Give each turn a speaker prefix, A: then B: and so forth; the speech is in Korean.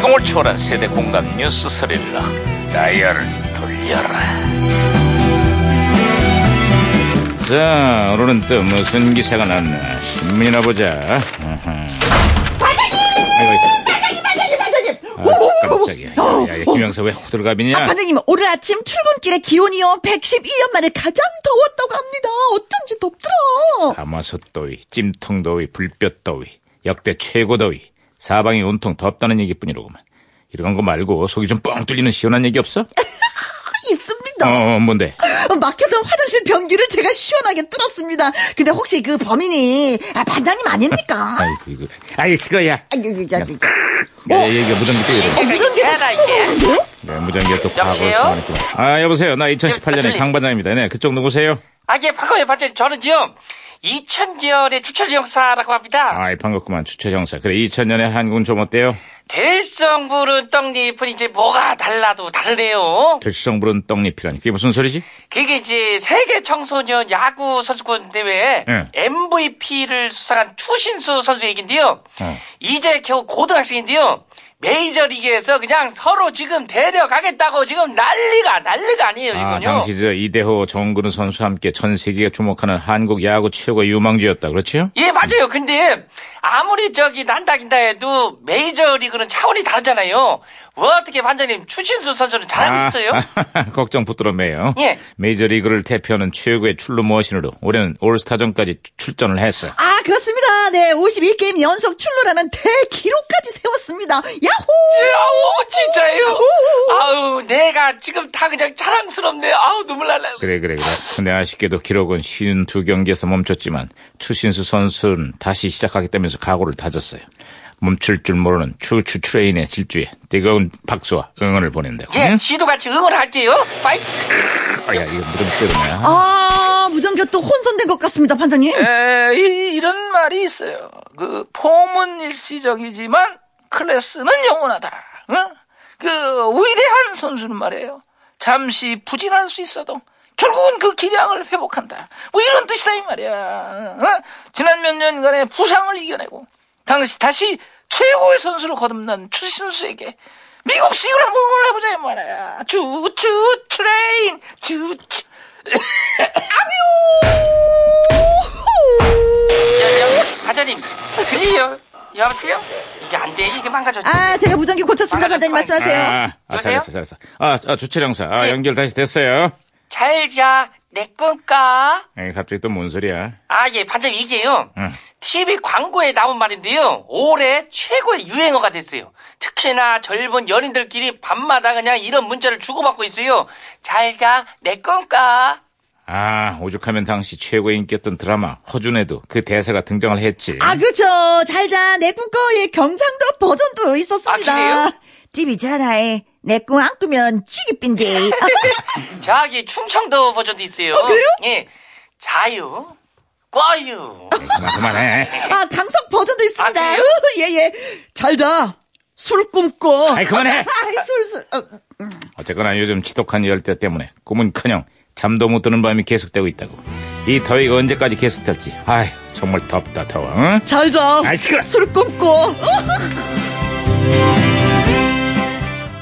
A: 고통을 초월한 세대 공감 뉴스 스릴러 다이얼을 돌려라 자 오늘은 또 무슨 기사가 났나 신문이나 보자 반장님 반장님 반장님 반장님 아, 깜짝이야 야, 야, 김영사 왜 호들갑이냐
B: 아, 반장님, 오늘 아침 출근길에 기온이요, 111년 만에 가장 더웠다고 합니다. 어쩐지 덥더라.
A: 가마솥 더위, 찜통 더위, 불볕 더위, 역대 최고 더위. 사방이 온통 덥다는 얘기뿐이로구만. 이런 거 말고 속이 좀 뻥 뚫리는 시원한 얘기 없어? 어,
B: 있습니다.
A: 어, 뭔데?
B: 막혔던 화장실 변기를 제가 시원하게 뚫었습니다. 근데 혹시 그 범인이, 아, 반장님 아닙니까?
A: 아이고, 이거. 아이, 시끄러야. 뭐?
B: 아, 이거, 이거, 이거.
A: 야, 얘기가 무전기
B: 어,
A: 뛰어야
B: 무전기에서
C: 에라, 이게.
B: 신호가 오는데?
A: 네, 무전기가 또 과거를
C: 여보세요?
A: 소환했구나. 아, 여보세요. 나 2018년의
C: 들리-
A: 강반장입니다. 네, 그쪽 누구세요?
C: 아, 예, 박하고요, 반장님. 저는요, 2000년의 추천 영사라고 합니다.
A: 아이, 반갑구만. 주최 형사. 그래, 2000년의 한국은 좀 어때요?
C: 될성 부른 떡잎은 이제 뭐가 달라도 다르네요.
A: 들성부른 떡잎이라니. 그게 무슨 소리지?
C: 그게 이제 세계 청소년 야구 선수권 대회
A: 예.
C: MVP를 수상한 추신수 선수 얘긴데요.
A: 어.
C: 이제 겨우 고등학생인데요. 메이저 리그에서 그냥 서로 지금 데려가겠다고 지금 난리가 난리가 아니에요,
A: 아,
C: 이건요.
A: 당시 저 이대호, 정근우 선수와 함께 전 세계가 주목하는 한국 야구 최고의 유망주였다. 그렇지요?
C: 예, 맞아요. 근데 아무리 저기 난다긴다 해도 메이저리그는 차원이 다르잖아요. 왜 어떻게 반장님 추신수 선수는 잘하고 아, 있어요?
A: 아. 걱정 붙들어 매요.
C: 예.
A: 메이저리그를 대표하는 최고의 출루 머신으로 올해는 올스타전까지 출전을 했어.
B: 아, 그렇습니다. 네, 51게임 연속 출루라는 대기록까지 세웠습니다. 야호!
C: 아우 진짜예요?
B: 오,
C: 아우 내가 지금 다 그냥 자랑스럽네요. 아우 눈물 날라.
A: 그래 그래 그래. 근데 아쉽게도 기록은 52경기에서 멈췄지만 추신수 선수는 다시 시작하겠다면서 각오를 다졌어요. 멈출 줄 모르는 추추 트레인의 질주에 뜨거운 박수와 응원을 보낸다고.
C: 예,
A: 응?
C: 시도 같이 응원할게요. 파이팅!
A: 아, 야, 이거 무릎 때리네.
B: 아, 무전기가 또 혼선된 것 같습니다, 반장님.
D: 에, 이, 이런 말이 있어요. 그 폼은 일시적이지만 클래스는 영원하다. 응? 그 위대한 선수는 말이에요. 잠시 부진할 수 있어도 결국은 그 기량을 회복한다. 뭐 이런 뜻이다 이 말이야. 응? 지난 몇 년간의 부상을 이겨내고 당시 다시 최고의 선수로 거듭난 추신수에게 미국식으로 한번 응원해보자 이 말이야. 주주 트레인 주주
C: 여, 여보세요? 반장님 들려요? 여보세요? 이게 안 돼. 이게 망가졌죠.
B: 아, 제가 무전기 고쳤습니다, 반장님 말씀하세요.
A: 아, 아,
C: 여보세요?
A: 잘했어, 잘했어. 아, 아 주최령사, 아,
C: 예.
A: 연결 다시 됐어요.
C: 잘 자. 내 꿈까?
A: 에이, 갑자기 또 뭔 소리야?
C: 아, 예, 반장님, 이게요.
A: 응.
C: TV 광고에 나온 말인데요. 올해 최고의 유행어가 됐어요. 특히나 젊은 연인들끼리 밤마다 그냥 이런 문자를 주고받고 있어요. 잘 자, 내 건가?
A: 아, 오죽하면 당시 최고 인기였던 드라마 허준에도 그 대사가 등장을 했지.
C: 예.
B: 아, 그렇죠. 잘 자. 내 꿈꿔의 경상도 버전도 있었습니다.
C: 아, 그래요?
B: 띠비 잘해. 내 꿈 안 꾸면 찌기빈데.
C: 저기 충청도 버전도 있어요.
B: 어, 그래요?
C: 예. 자유, 꽈유.
A: 에이, 그만, 그만해.
B: 아, 강석 버전도 있습니다.
C: 아, 그래요?
B: 으, 예, 예. 잘 자. 술 꿈꿔.
A: 아이, 그만해.
B: 아이, 술, 술. 어,
A: 어쨌거나 요즘 지독한 열대 때문에 꿈은커녕 잠도 못 드는 밤이 계속되고 있다고. 이 더위가 언제까지 계속될지. 아이 정말 덥다 더워. 응?
B: 잘 자.
A: 아이, 시끄러.
B: 술 꿈꿔.